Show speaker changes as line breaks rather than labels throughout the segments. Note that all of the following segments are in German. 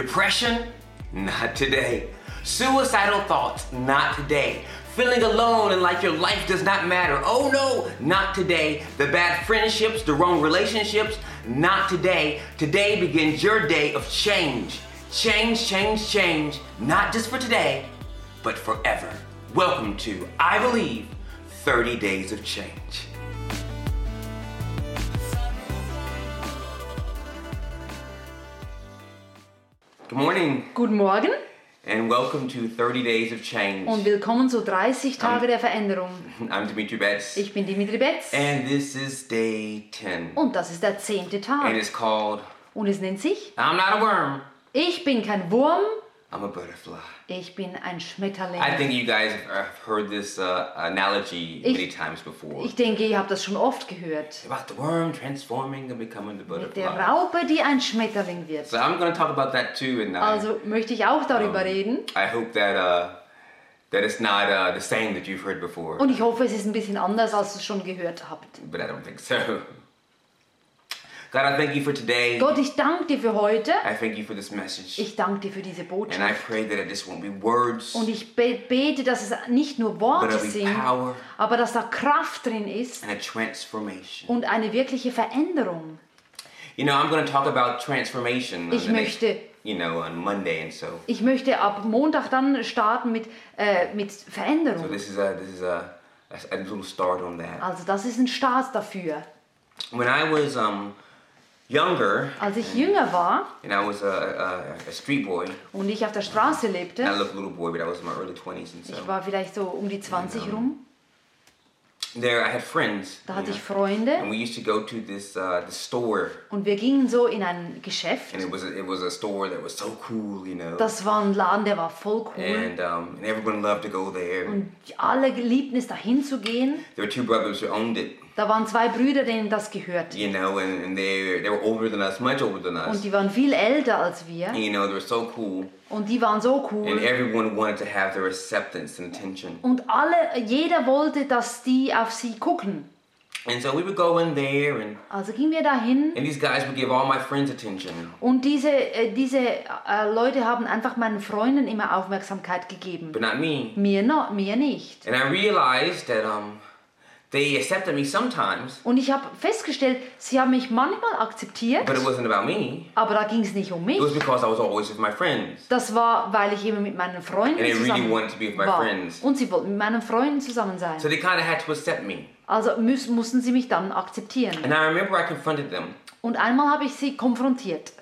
Depression? Not today. Suicidal thoughts? Not today. Feeling alone and like your life does not matter? Oh no, not today. The bad friendships, the wrong relationships? Not today. Today begins your day of change. Change, change, change. Not just for today, but forever. Welcome to, I believe, 30 Days of Change. Good morning
Guten Morgen
and welcome to 30 Days of Change.
und willkommen zu 30 Tage der Veränderung.
I'm Dimitri Betts.
Ich bin Dimitri Betz
And this is day 10.
und das ist der zehnte
And
Tag.
it's called
Und es nennt sich
I'm Not a Worm,
Ich bin kein Wurm,
I'm a Butterfly.
ich bin ein
I
Schmetterling.
think you guys have heard this uh, analogy
Ich-
many times before.
Ich denke, ihr habt das schon oft gehört.
about the worm transforming and becoming the
Mit der
butterfly.
Raupe, die ein Schmetterling wird.
So I'm going to talk about that too, and I,
Also möchte ich auch
Oh.
darüber reden.
I hope that uh, that it's not uh, the same that you've heard before.
Und ich hoffe, es ist ein bisschen anders, als ihr es schon gehört habt.
But I don't think so. God, I thank you for today.
Gott, ich danke dir für heute.
I thank you for this message,
Ich danke dir für diese
and I
Botschaft.
pray that this won't be words,
Und ich be- bete, dass es nicht nur
but
Worte
it'll be
sind,
power
aber dass da Kraft drin ist
and a transformation.
und eine wirkliche Veränderung.
You know, I'm going to talk about transformation. on
Ich
the next-
möchte-
you know, on Monday, and so
Ich möchte ab Montag dann starten mit, äh, mit
so
Veränderung.
this is a this is a, a, a little start on that.
Also das ist ein Start dafür.
When I was um younger,
Als ich jünger war
and I was a, a, a street boy,
und ich auf der Straße
I
lebte,
look little boy, but I was in my early 20s, and
ich
so
war vielleicht so um die 20 rum,
there I had friends,
da
you
hatte ich
know,
Freunde
and we used to go to this uh, the store,
und wir gingen so in ein Geschäft.
and it was a, it was a store that was so cool, you know,
Das war ein Laden, der war voll cool.
and um, and everyone loved to go there.
Und alle geliebten es, dahin zu gehen.
There were two brothers who owned it,
Da waren zwei Brüder, denen das gehört.
you know, and, and they they were older than us, much older than us.
Und die waren viel älter als wir.
And, you know, they were so cool,
Und die waren so
and
cool.
everyone wanted to have their acceptance and attention.
Und alle, jeder wollte, dass die auf sie gucken.
And so we would go in there, and,
Also gingen wir dahin
and these guys would give all my friends attention.
und diese, äh, diese äh, Leute haben einfach meinen Freunden immer Aufmerksamkeit gegeben.
but not me.
Mir, no, mir nicht.
And I realized that um, they accepted me sometimes,
Und ich habe festgestellt, sie haben mich manchmal akzeptiert,
but it wasn't about me.
aber da ging es nicht um
It
mich.
was because I was always with my friends.
Das war, weil ich immer mit meinen Freunden
And they really
zusammen
wanted to be with my
war.
friends.
Und sie wollten mit meinen Freunden zusammen sein.
So they kind of had to accept me.
Also müß, mussten sie mich dann akzeptieren.
And I remember I confronted them,
Und einmal habe ich sie konfrontiert.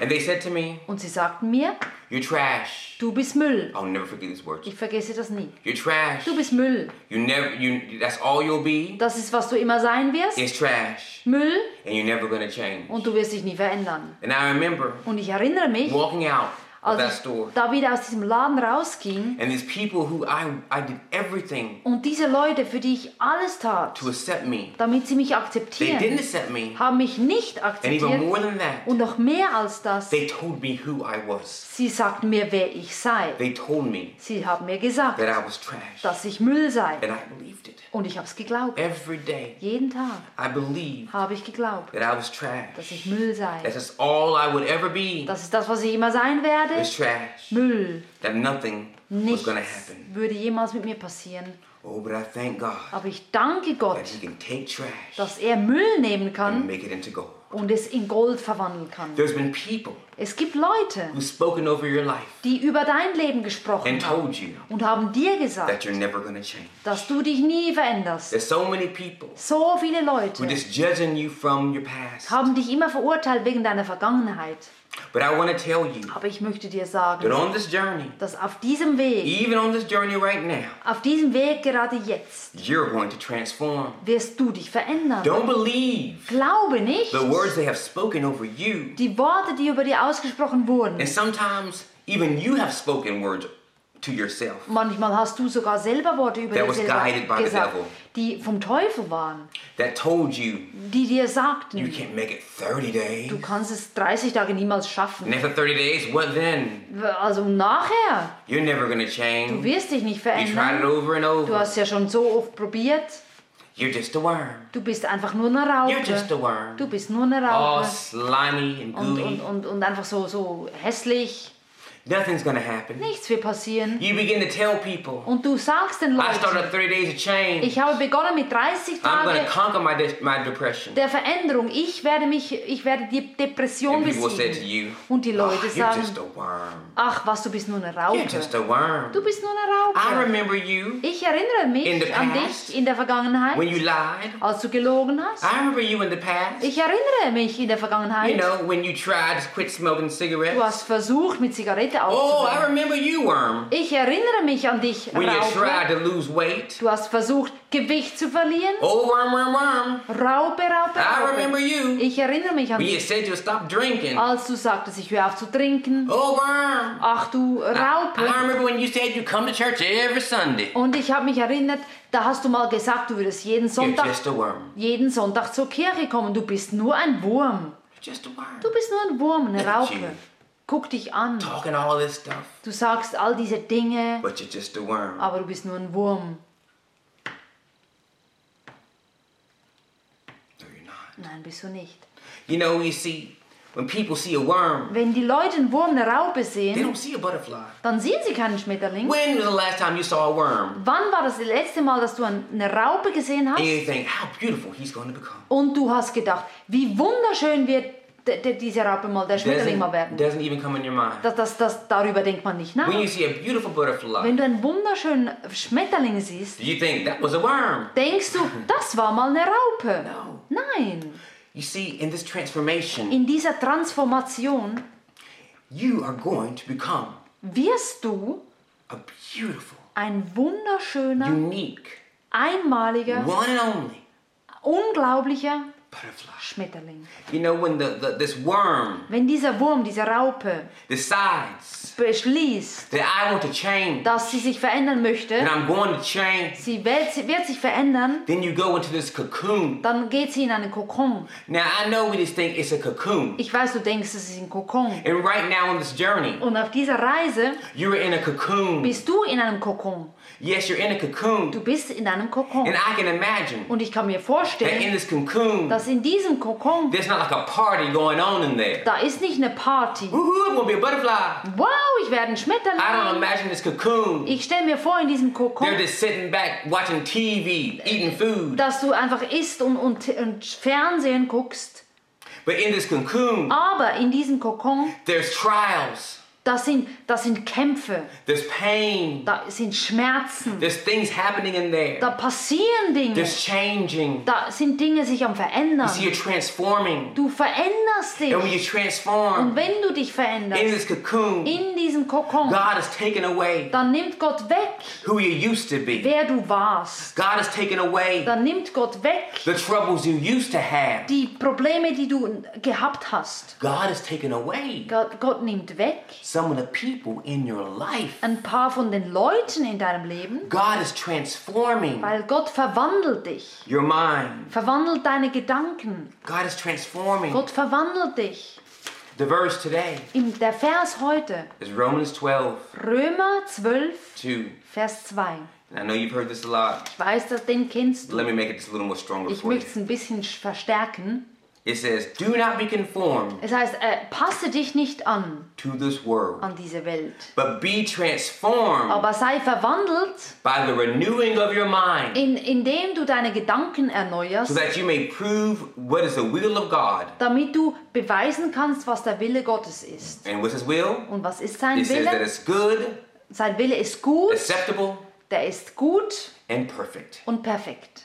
and they said to me,
Und sie sagten mir,
You're trash.
du bist Müll.
I'll never forget these words.
Ich vergesse das nie.
You're trash.
Du bist Müll.
You never, you, that's all you'll be
Das ist, was du immer sein wirst.
is trash.
Müll.
And you're never gonna change.
Und du wirst dich nie verändern.
And I remember
Und ich erinnere mich,
walking out of that
als
store
ich da wieder aus diesem Laden rausging
and these people who I I did everything
und diese Leute, für die ich alles tat,
to accept me.
damit sie mich
They didn't
akzeptieren,
accept me.
haben mich nicht
And even
akzeptiert.
more than that,
Und noch mehr als das,
they told me who I was.
sie sagten mir, wer ich sei.
They told me
Sie haben mir gesagt,
that I was trash.
dass ich Müll sei.
And I believed it.
Und ich habe es geglaubt.
Every day
Jeden Tag
I believed
habe ich geglaubt,
that I was
dass
trash.
ich Müll sei.
That's just all I would ever be
Das ist das, was ich immer sein werde.
was trash.
Müll.
That nothing was
Nichts
gonna happen.
würde jemals mit mir passieren.
Oh, but I thank God
Aber ich danke
that
Gott,
He can take trash
dass er Müll nehmen
and
kann
make it into gold.
und es in Gold verwandeln kann.
There's been people
Es gibt Leute,
who've spoken over your life
die über dein Leben gesprochen
and
haben
told you
und haben dir
that
gesagt,
you're never gonna change.
dass du dich nie veränderst.
There's so many people
So viele
who are
Leute
just judging you from your past.
haben dich immer verurteilt wegen deiner Vergangenheit.
But I want to tell you
Aber ich möchte dir
that
sagen,
on this journey,
dass auf diesem Weg,
even on this journey right now,
auf diesem Weg gerade jetzt,
you're going to transform.
wirst du dich verändern.
Don't believe
Glaube nicht
the words they have spoken over you.
die Worte, die über dir ausgesprochen wurden.
And sometimes even you have spoken words to yourself.
Manchmal hast du sogar selber Worte über
That
dich
was
selber
guided by the
gesagt,
devil.
die vom Teufel waren,
that told you
die dir sagten,
you can't make it 30 days.
du kannst es 30 Tage niemals schaffen.
And after 30 days, what then?
Also nachher,
You're never gonna
du
change.
wirst dich nicht
You tried it
verändern.
over and
Du
over.
hast ja schon so oft probiert.
You're just a worm.
Du bist einfach nur eine
You're just a
Raupe.
worm.
Du bist nur eine
All
Raupe.
Oh, slimy and
Und,
gooey.
und, und, und einfach so, so hässlich.
Nothing's gonna happen.
Nichts wird passieren.
You begin to tell people,
Und du sagst den
I
Leuten,
started 30 days of change.
ich habe begonnen mit 30
I'm gonna
Tagen
conquer my, de- my depression.
der Veränderung. Ich werde mich, ich werde die
And
Depression
people say to
besiegen.
you,
Und die
"Oh,
Leute
you're just
sagen,
a worm.
ach was, du bist nur eine
You're just
Raupe.
a worm.
Du bist nur
I
eine Raupe.
remember you
Ich erinnere
In the
mich an
past,
dich in der
when
Vergangenheit,
you lied.
als du gelogen hast.
I remember you in the past.
Ich erinnere mich in der
You
Vergangenheit,
know, when you tried to quit smoking cigarettes.
du hast versucht, mit Zigarette
Oh, I
aufzuhören.
remember you, worm.
Ich erinnere mich an dich,
When you
Raupe.
tried to lose weight.
Du hast versucht, Gewicht zu verlieren.
Oh, worm, worm, worm.
Raupe, Raupe,
I remember
Raupe.
you.
Ich erinnere mich an
When you
dich,
said you'll stop drinking.
als du sagtest, ich höre auf zu trinken.
Oh, worm.
Ach du
I
Raupe.
remember when you said you come to church every Sunday.
Und ich habe mich erinnert, da hast du mal gesagt, du würdest jeden
You're
Sonntag,
just a worm.
jeden Sonntag zur Kirche kommen. Du bist nur ein Wurm.
You're just a worm.
Du bist nur ein Wurm, eine
Look at you.
Raupe. Guck dich an.
Talking all this stuff,
Du sagst all diese Dinge,
but you're just a worm.
aber du bist nur ein Wurm.
No, you're not.
Nein, bist du nicht.
You know, you see, when people see a worm,
Wenn die Leute einen Wurm, eine Raupe
they
sehen,
don't see a butterfly.
dann sehen sie keinen Schmetterling.
When was the last time you saw a worm?
Wann war das letzte Mal, dass du ein- eine Raupe gesehen
And you
hast?
think, how beautiful he's going to become.
Und du hast gedacht, wie wunderschön wird d- d- diese Raupe mal, der Schmetterling mal
Doesn't,
werden.
doesn't even come in your mind.
Das, das, das, darüber denkt man nicht nach.
When you see a beautiful butterfly,
Wenn du einen wunderschönen Schmetterling siehst,
do you think that was a worm?
denkst du, das war mal eine Raupe.
No.
Nein.
You see, in this transformation,
In dieser Transformation
you are going to become
wirst du
a beautiful,
ein wunderschöner,
unique,
einmaliger,
one and only
unglaublicher
butterfly.
Schmetterling.
You know, when the, the this worm
Wenn dieser Wurm, diese Raupe
decides
beschließt,
that I want to change,
dass sie sich verändern
and
möchte,
I'm going to change,
sie wird, sie wird sich verändern,
then you go into this cocoon.
dann geht sie in einen Kokon.
Now I know we just think it's a cocoon,
Ich weiß, du denkst, es ist ein Kokon.
and right now on this journey,
Und auf dieser Reise
you're in a cocoon.
bist du in einem Kokon.
Yes, you're in a cocoon,
Du bist in einem Kokon.
and I can imagine
Und ich kann mir
that in
vorstellen,
this cocoon,
dass in diesem Kokon,
there's not like a party going on in there.
da ist nicht eine Party.
Woohoo! I'm gonna be a butterfly.
Wow, ich werde ein
I don't
Schmetterling.
imagine this cocoon.
Ich stelle mir vor, in diesem
They're
Kokon,
just sitting back watching TV, eating food.
dass du einfach isst und, und, und Fernsehen guckst.
But in this cocoon,
Aber in diesem Kokon,
there's trials,
das sind, das sind Kämpfe,
there's pain,
da sind Schmerzen,
there's things happening in there,
da passieren Dinge,
there's changing.
da sind Dinge sich am
See,
Verändern.
you're transforming.
Du veränderst dich.
And when you transform
Und wenn du dich
in this
veränderst,
cocoon,
in diesem Kokon,
God is taking away
dann nimmt Gott weg,
who you used to be.
wer du warst.
God is taking away
Dann nimmt Gott weg
the troubles you used to have.
die Probleme, die du gehabt hast.
God is taking away
Gott, Gott nimmt weg
some of the people in your life.
ein paar von den Leuten in deinem Leben,
God is transforming
weil Gott verwandelt dich,
your mind.
verwandelt deine Gedanken.
God is transforming.
Gott verwandelt dich.
The verse today
Im, der Vers heute,
is Romans 12,
Römer 12,
2.
Vers 2.
And I know you've heard this a lot.
Ich weiß, dass den kennst du.
Let me make it just a little more stronger
Ich
for you.
möchte es ein bisschen sch- verstärken.
It says, Do not be conformed
Es heißt, äh, passe dich nicht an,
to this world,
an diese Welt.
but be transformed
Aber sei verwandelt,
by the renewing of your mind,
in, indem du deine Gedanken
so
erneuerst,
that you may prove what is the will of God.
damit du beweisen kannst, was der Wille Gottes ist.
And what's His will?
Und was ist sein
It says that
Wille?
it's good,
Sein Wille ist gut,
acceptable,
der ist gut
and perfect.
und perfekt.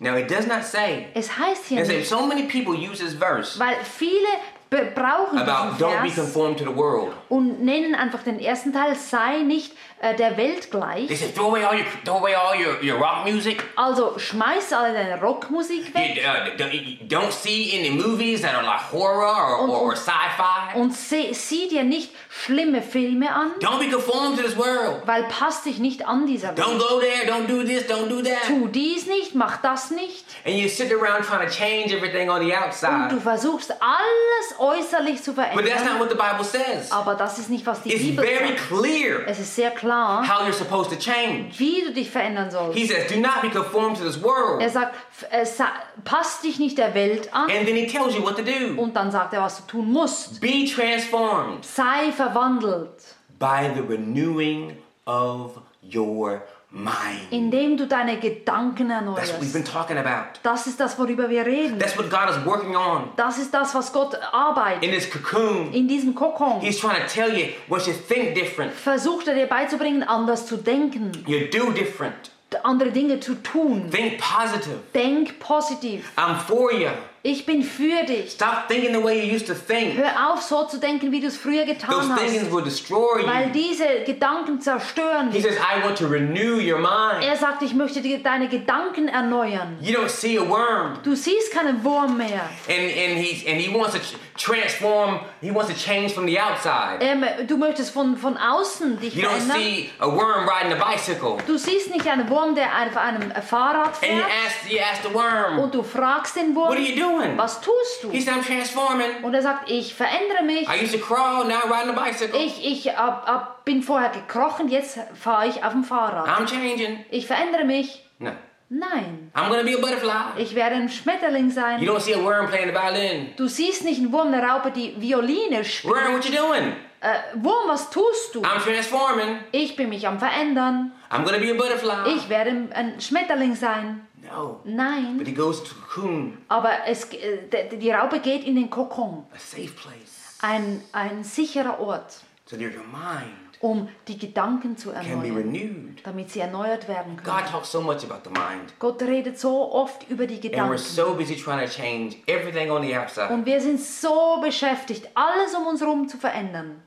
Now, it does not say,
Es heißt hier
it says,
nicht,
so many people use this verse
weil viele be- brauchen
about don't be
diesen Vers
conformed to the world.
und nennen einfach den ersten Teil, sei nicht äh, der Welt
They
gleich.
said, throw away all your throw away all your, your rock music.
Also schmeiß alle deine Rockmusik weg
You, uh, don't, don't see any movies that are like horror or, or, or sci-fi.
und seh, sieh dir nicht schlimme Filme an,
Don't be conformed to this world.
weil passt dich nicht an dieser
Don't
Welt.
go there. Don't do this. Don't do that.
Tu dies nicht, mach das nicht.
And you sit around trying to change everything on the
Und du
outside.
versuchst alles äußerlich zu
But that's not
verändern.
what the Bible says.
Aber das ist nicht, was die
It's
Bibel
very
sagt.
clear
Es ist sehr klar,
how you're supposed to change.
wie du dich verändern sollst.
He says, Do not be conformed to this
Er
world.
sagt, f- äh, sa- passt dich nicht der Welt an
And then he tells you what to do.
und dann sagt er, was du tun musst.
Be transformed
Sei verwandelt,
by the renewing of your mind.
indem du deine Gedanken
That's what we've been
erneuerst.
talking about.
Das ist das, worüber wir reden.
That's what God is working on
Das ist das, was Gott arbeitet.
in this cocoon.
In diesem Kokon
He's trying to tell you what you think different,
versucht er dir beizubringen, anders zu denken,
you do different,
andere Dinge zu tun.
think positive.
Denk positiv.
I'm for you.
Ich bin für dich.
Stop thinking the way you used to think.
Hör auf, so zu denken, wie du es früher
Those
getan
things
hast,
will destroy
weil
you.
diese Gedanken zerstören
He
dich.
says, I want to renew your mind.
Er sagt, ich möchte dir deine Gedanken erneuern.
You don't see a worm.
Du siehst keinen Wurm mehr.
And, and, he, and he wants to ch- transform, he wants to change from the outside.
Ähm, du möchtest von, von außen dich
You don't
verändern.
see a worm riding a bicycle.
Du siehst nicht einen Wurm, der auf einem Fahrrad
And you
fährt.
ask, you ask the worm,
Und du fragst den
What are you
Wurm,
doing?
was tust du?
He said, I'm transforming.
Und er sagt, ich verändere mich.
I used to crawl, now I'm riding a bicycle.
Ich, ich ab, ab, bin vorher gekrochen, jetzt fahre ich auf dem Fahrrad.
I'm changing.
Ich verändere mich.
No.
Nein,
I'm gonna be a butterfly.
ich werde ein Schmetterling
You
sein.
don't see a worm playing the violin.
Du siehst nicht einen Wurm, eine Raupe, die Violine spielt.
Worm, what Ah. you doing?
Äh, Wurm, was tust du?
I'm transforming.
Ich bin mich am Verändern.
I'm gonna be a butterfly.
Ich werde ein Schmetterling sein.
No. But
Nein,
he goes to cocoon,
aber es, äh, d- die Raupe geht in den Kokon.
a safe place.
Ein, ein sicherer Ort,
So that your mind
um die Gedanken zu
can be
erneuern,
renewed.
damit sie erneuert werden
God
können.
talks so much about the mind.
Gott redet so oft über die
And we're
Gedanken.
so busy trying to change everything on the outside.
Und wir sind so beschäftigt, alles um uns herum zu verändern.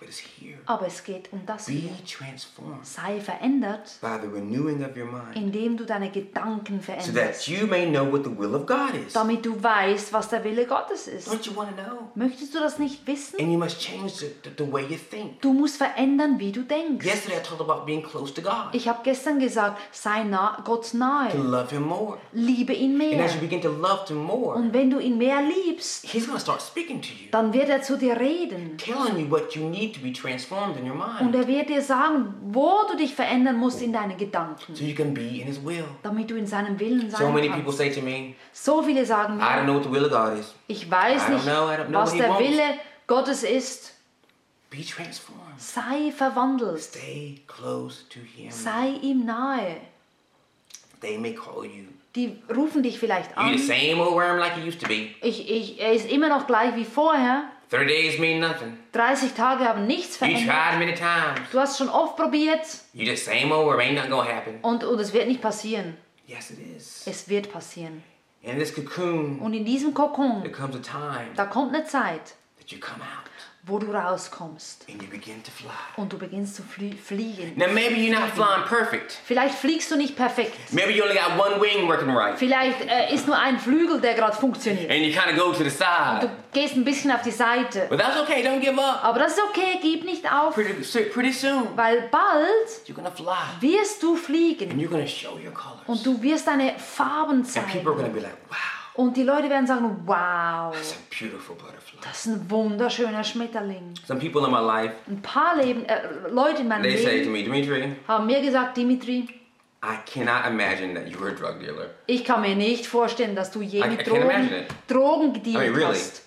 But it's here.
Aber es geht um das
Be
hier.
transformed
Sei verändert,
by the renewing of your mind.
indem du deine Gedanken
So
veränderst.
that you may know what the will of God is.
Damit du weißt, was der Wille Gottes ist.
Don't you want to know?
Möchtest du das nicht wissen?
And you must change the, the, the way you think.
Du musst verändern, wie du denkst.
Yesterday I talked about being close to God.
Ich habe gestern gesagt, sei nah, Gott
to
nahe.
love him more.
Liebe ihn
And
mehr.
as you begin to love him more,
Und wenn du ihn mehr liebst,
he's going to start speaking to you,
dann wird er zu dir reden.
telling you what you need to be transformed in your
Und
mind
er wird dir sagen, wo du dich verändern musst in deinen Gedanken,
so you can be in his will.
damit du in seinem Willen
So
sein
many people
kannst.
say to me,
So viele sagen,
I don't know what the will of God is.
Ich weiß
I don't
nicht,
know, I don't know
was
what he
der
wants.
Wille Gottes ist.
Be transformed.
Sei verwandelt.
Stay close to him.
Sei ihm nahe.
They may call you.
Die rufen dich vielleicht
You the
an.
same old worm like you used to be.
Ich, ich, er ist immer noch gleich wie vorher.
30 days mean nothing.
30 Tage haben nichts
You
verändert.
tried many times.
Du hast schon oft probiert
You the same old worm. Ain't nothing going to happen.
und, und es wird nicht passieren.
Yes, it is.
Es wird passieren.
In this cocoon,
Und in diesem
there
Kokon,
comes a time
da kommt eine Zeit,
that you come out
wo du rauskommst
and you begin to fly.
und du beginnst zu flie fliegen.
Now maybe you're not flying perfect.
Vielleicht fliegst du nicht perfekt.
Maybe you only got one wing working right,
Vielleicht äh, ist nur ein Flügel, der gerade funktioniert.
and you kind of go to the
Du
side.
gehst ein bisschen auf die Seite.
But that's okay. Don't give up.
Aber das ist okay, gib nicht auf,
Pretty so- pretty soon
weil bald
you're gonna fly,
wirst du
and
fliegen
you're gonna show your colors,
und du wirst deine Farben
and people are
zeigen.
gonna be like, "Wow,
Und die Leute werden sagen, wow,
that's a beautiful butterfly."
das ist ein wunderschöner Schmetterling.
Some people in my life
Ein paar Leben, äh, Leute in meinem
they say to
Leben
me, Dimitri,
haben mir gesagt, Dimitri,
I cannot imagine that you were a drug dealer.
ich kann mir nicht vorstellen, dass du je
I- I
mit
can't imagine
Drogen,
it.
Drogen gedealt
I mean, really.
hast.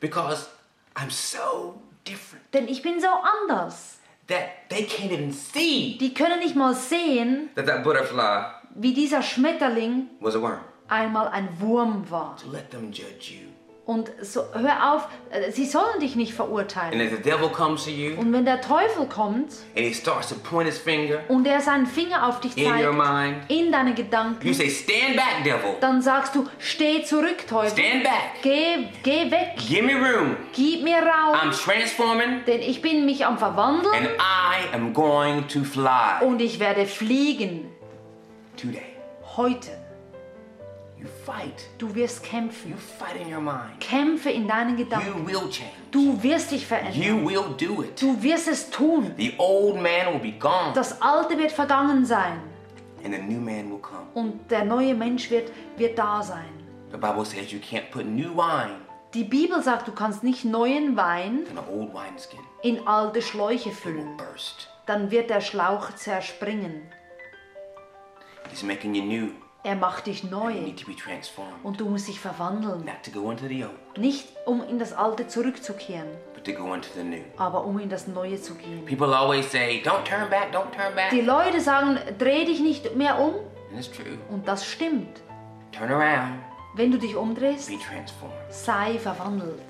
Because I'm so different
Denn ich bin so anders.
that they can't even see
Die können nicht mal sehen,
that that butterfly
wie dieser Schmetterling
was a worm.
einmal ein Wurm war.
Let them judge you.
Und so, hör auf, äh, sie sollen dich nicht
And
verurteilen.
if the devil comes to you
Und wenn der Teufel kommt
and he starts to point his finger
und er seinen Finger auf dich
in your
zeigt,
mind,
in deine Gedanken,
You say, stand back, devil.
dann sagst du, steh zurück, Teufel.
Stand back.
Geh, geh weg,
Give me room.
gib mir Raum,
I'm transforming
denn ich bin mich am Verwandeln
and I am going to fly
und ich werde fliegen.
today.
Heute.
You fight.
Du wirst
You
kämpfen.
fight in your mind.
Kämpfe in deinen
You
Gedanken.
will change.
Du wirst dich verändern.
You will do it.
Du wirst es tun.
The old man will be gone
Das Alte wird vergangen sein
and the new man will come.
und der neue Mensch wird, wird da sein.
The Bible says you can't put new wine
Die Bibel sagt, du kannst nicht neuen Wein
in an old wineskin.
in alte Schläuche
It will
füllen.
burst.
Dann wird der Schlauch zerspringen.
He's making you new.
Er macht dich
You
neu
need to be transformed.
und du musst dich verwandeln.
Not to go into the old,
Nicht um in das Alte zurückzukehren,
but to go into the new.
aber um in das Neue zu gehen.
People always say, don't turn back, don't turn back.
Die Leute sagen, dreh dich nicht mehr um
And it's true.
und das stimmt.
Turn around,
Wenn du dich umdrehst,
be transformed.
sei verwandelt.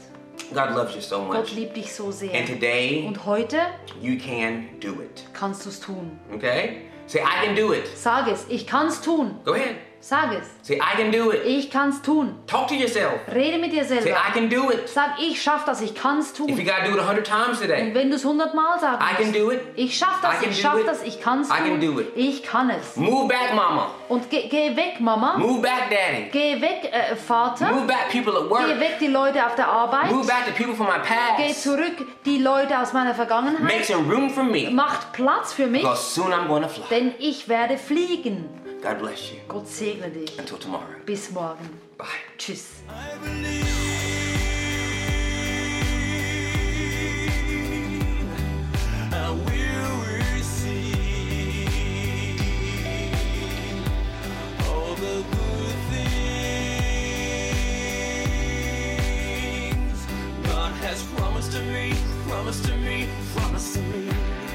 God loves you so
Gott
much.
liebt dich so
And
sehr.
today,
Und heute
you can do it.
kannst du es tun.
Okay? Say, I can do it.
Sag es, ich kann es tun.
Go ahead.
Sag es,
Say, I can do it.
ich kann es tun.
Talk to yourself.
Rede mit dir
Say,
selber.
I can do it.
Sag, ich schaff das, ich kann es
If you
tun.
gotta do it a hundred times
Und
today,
wenn du es hundertmal sagen
I can
musst,
do it.
ich schaff
I
das,
can
ich
do
schaff
it.
das, ich kann es
I can do
tun.
it.
Ich kann es.
Move back, mama.
Und geh, geh weg, Mama.
Move back, daddy.
Geh weg, äh, Vater.
Move back, people at
Geh
work.
weg, die Leute auf der Arbeit.
Move back the people from my
Geh
past.
zurück, die Leute aus meiner Vergangenheit.
Make some room for me.
Macht Platz für mich,
Because soon I'm gonna fly.
denn ich werde fliegen.
God bless you.
Gott segne dich.
Until tomorrow.
Bis morgen.
Bye.
Tschüss.
I will receive all the good things God has promised to me, promised to me, promised to me.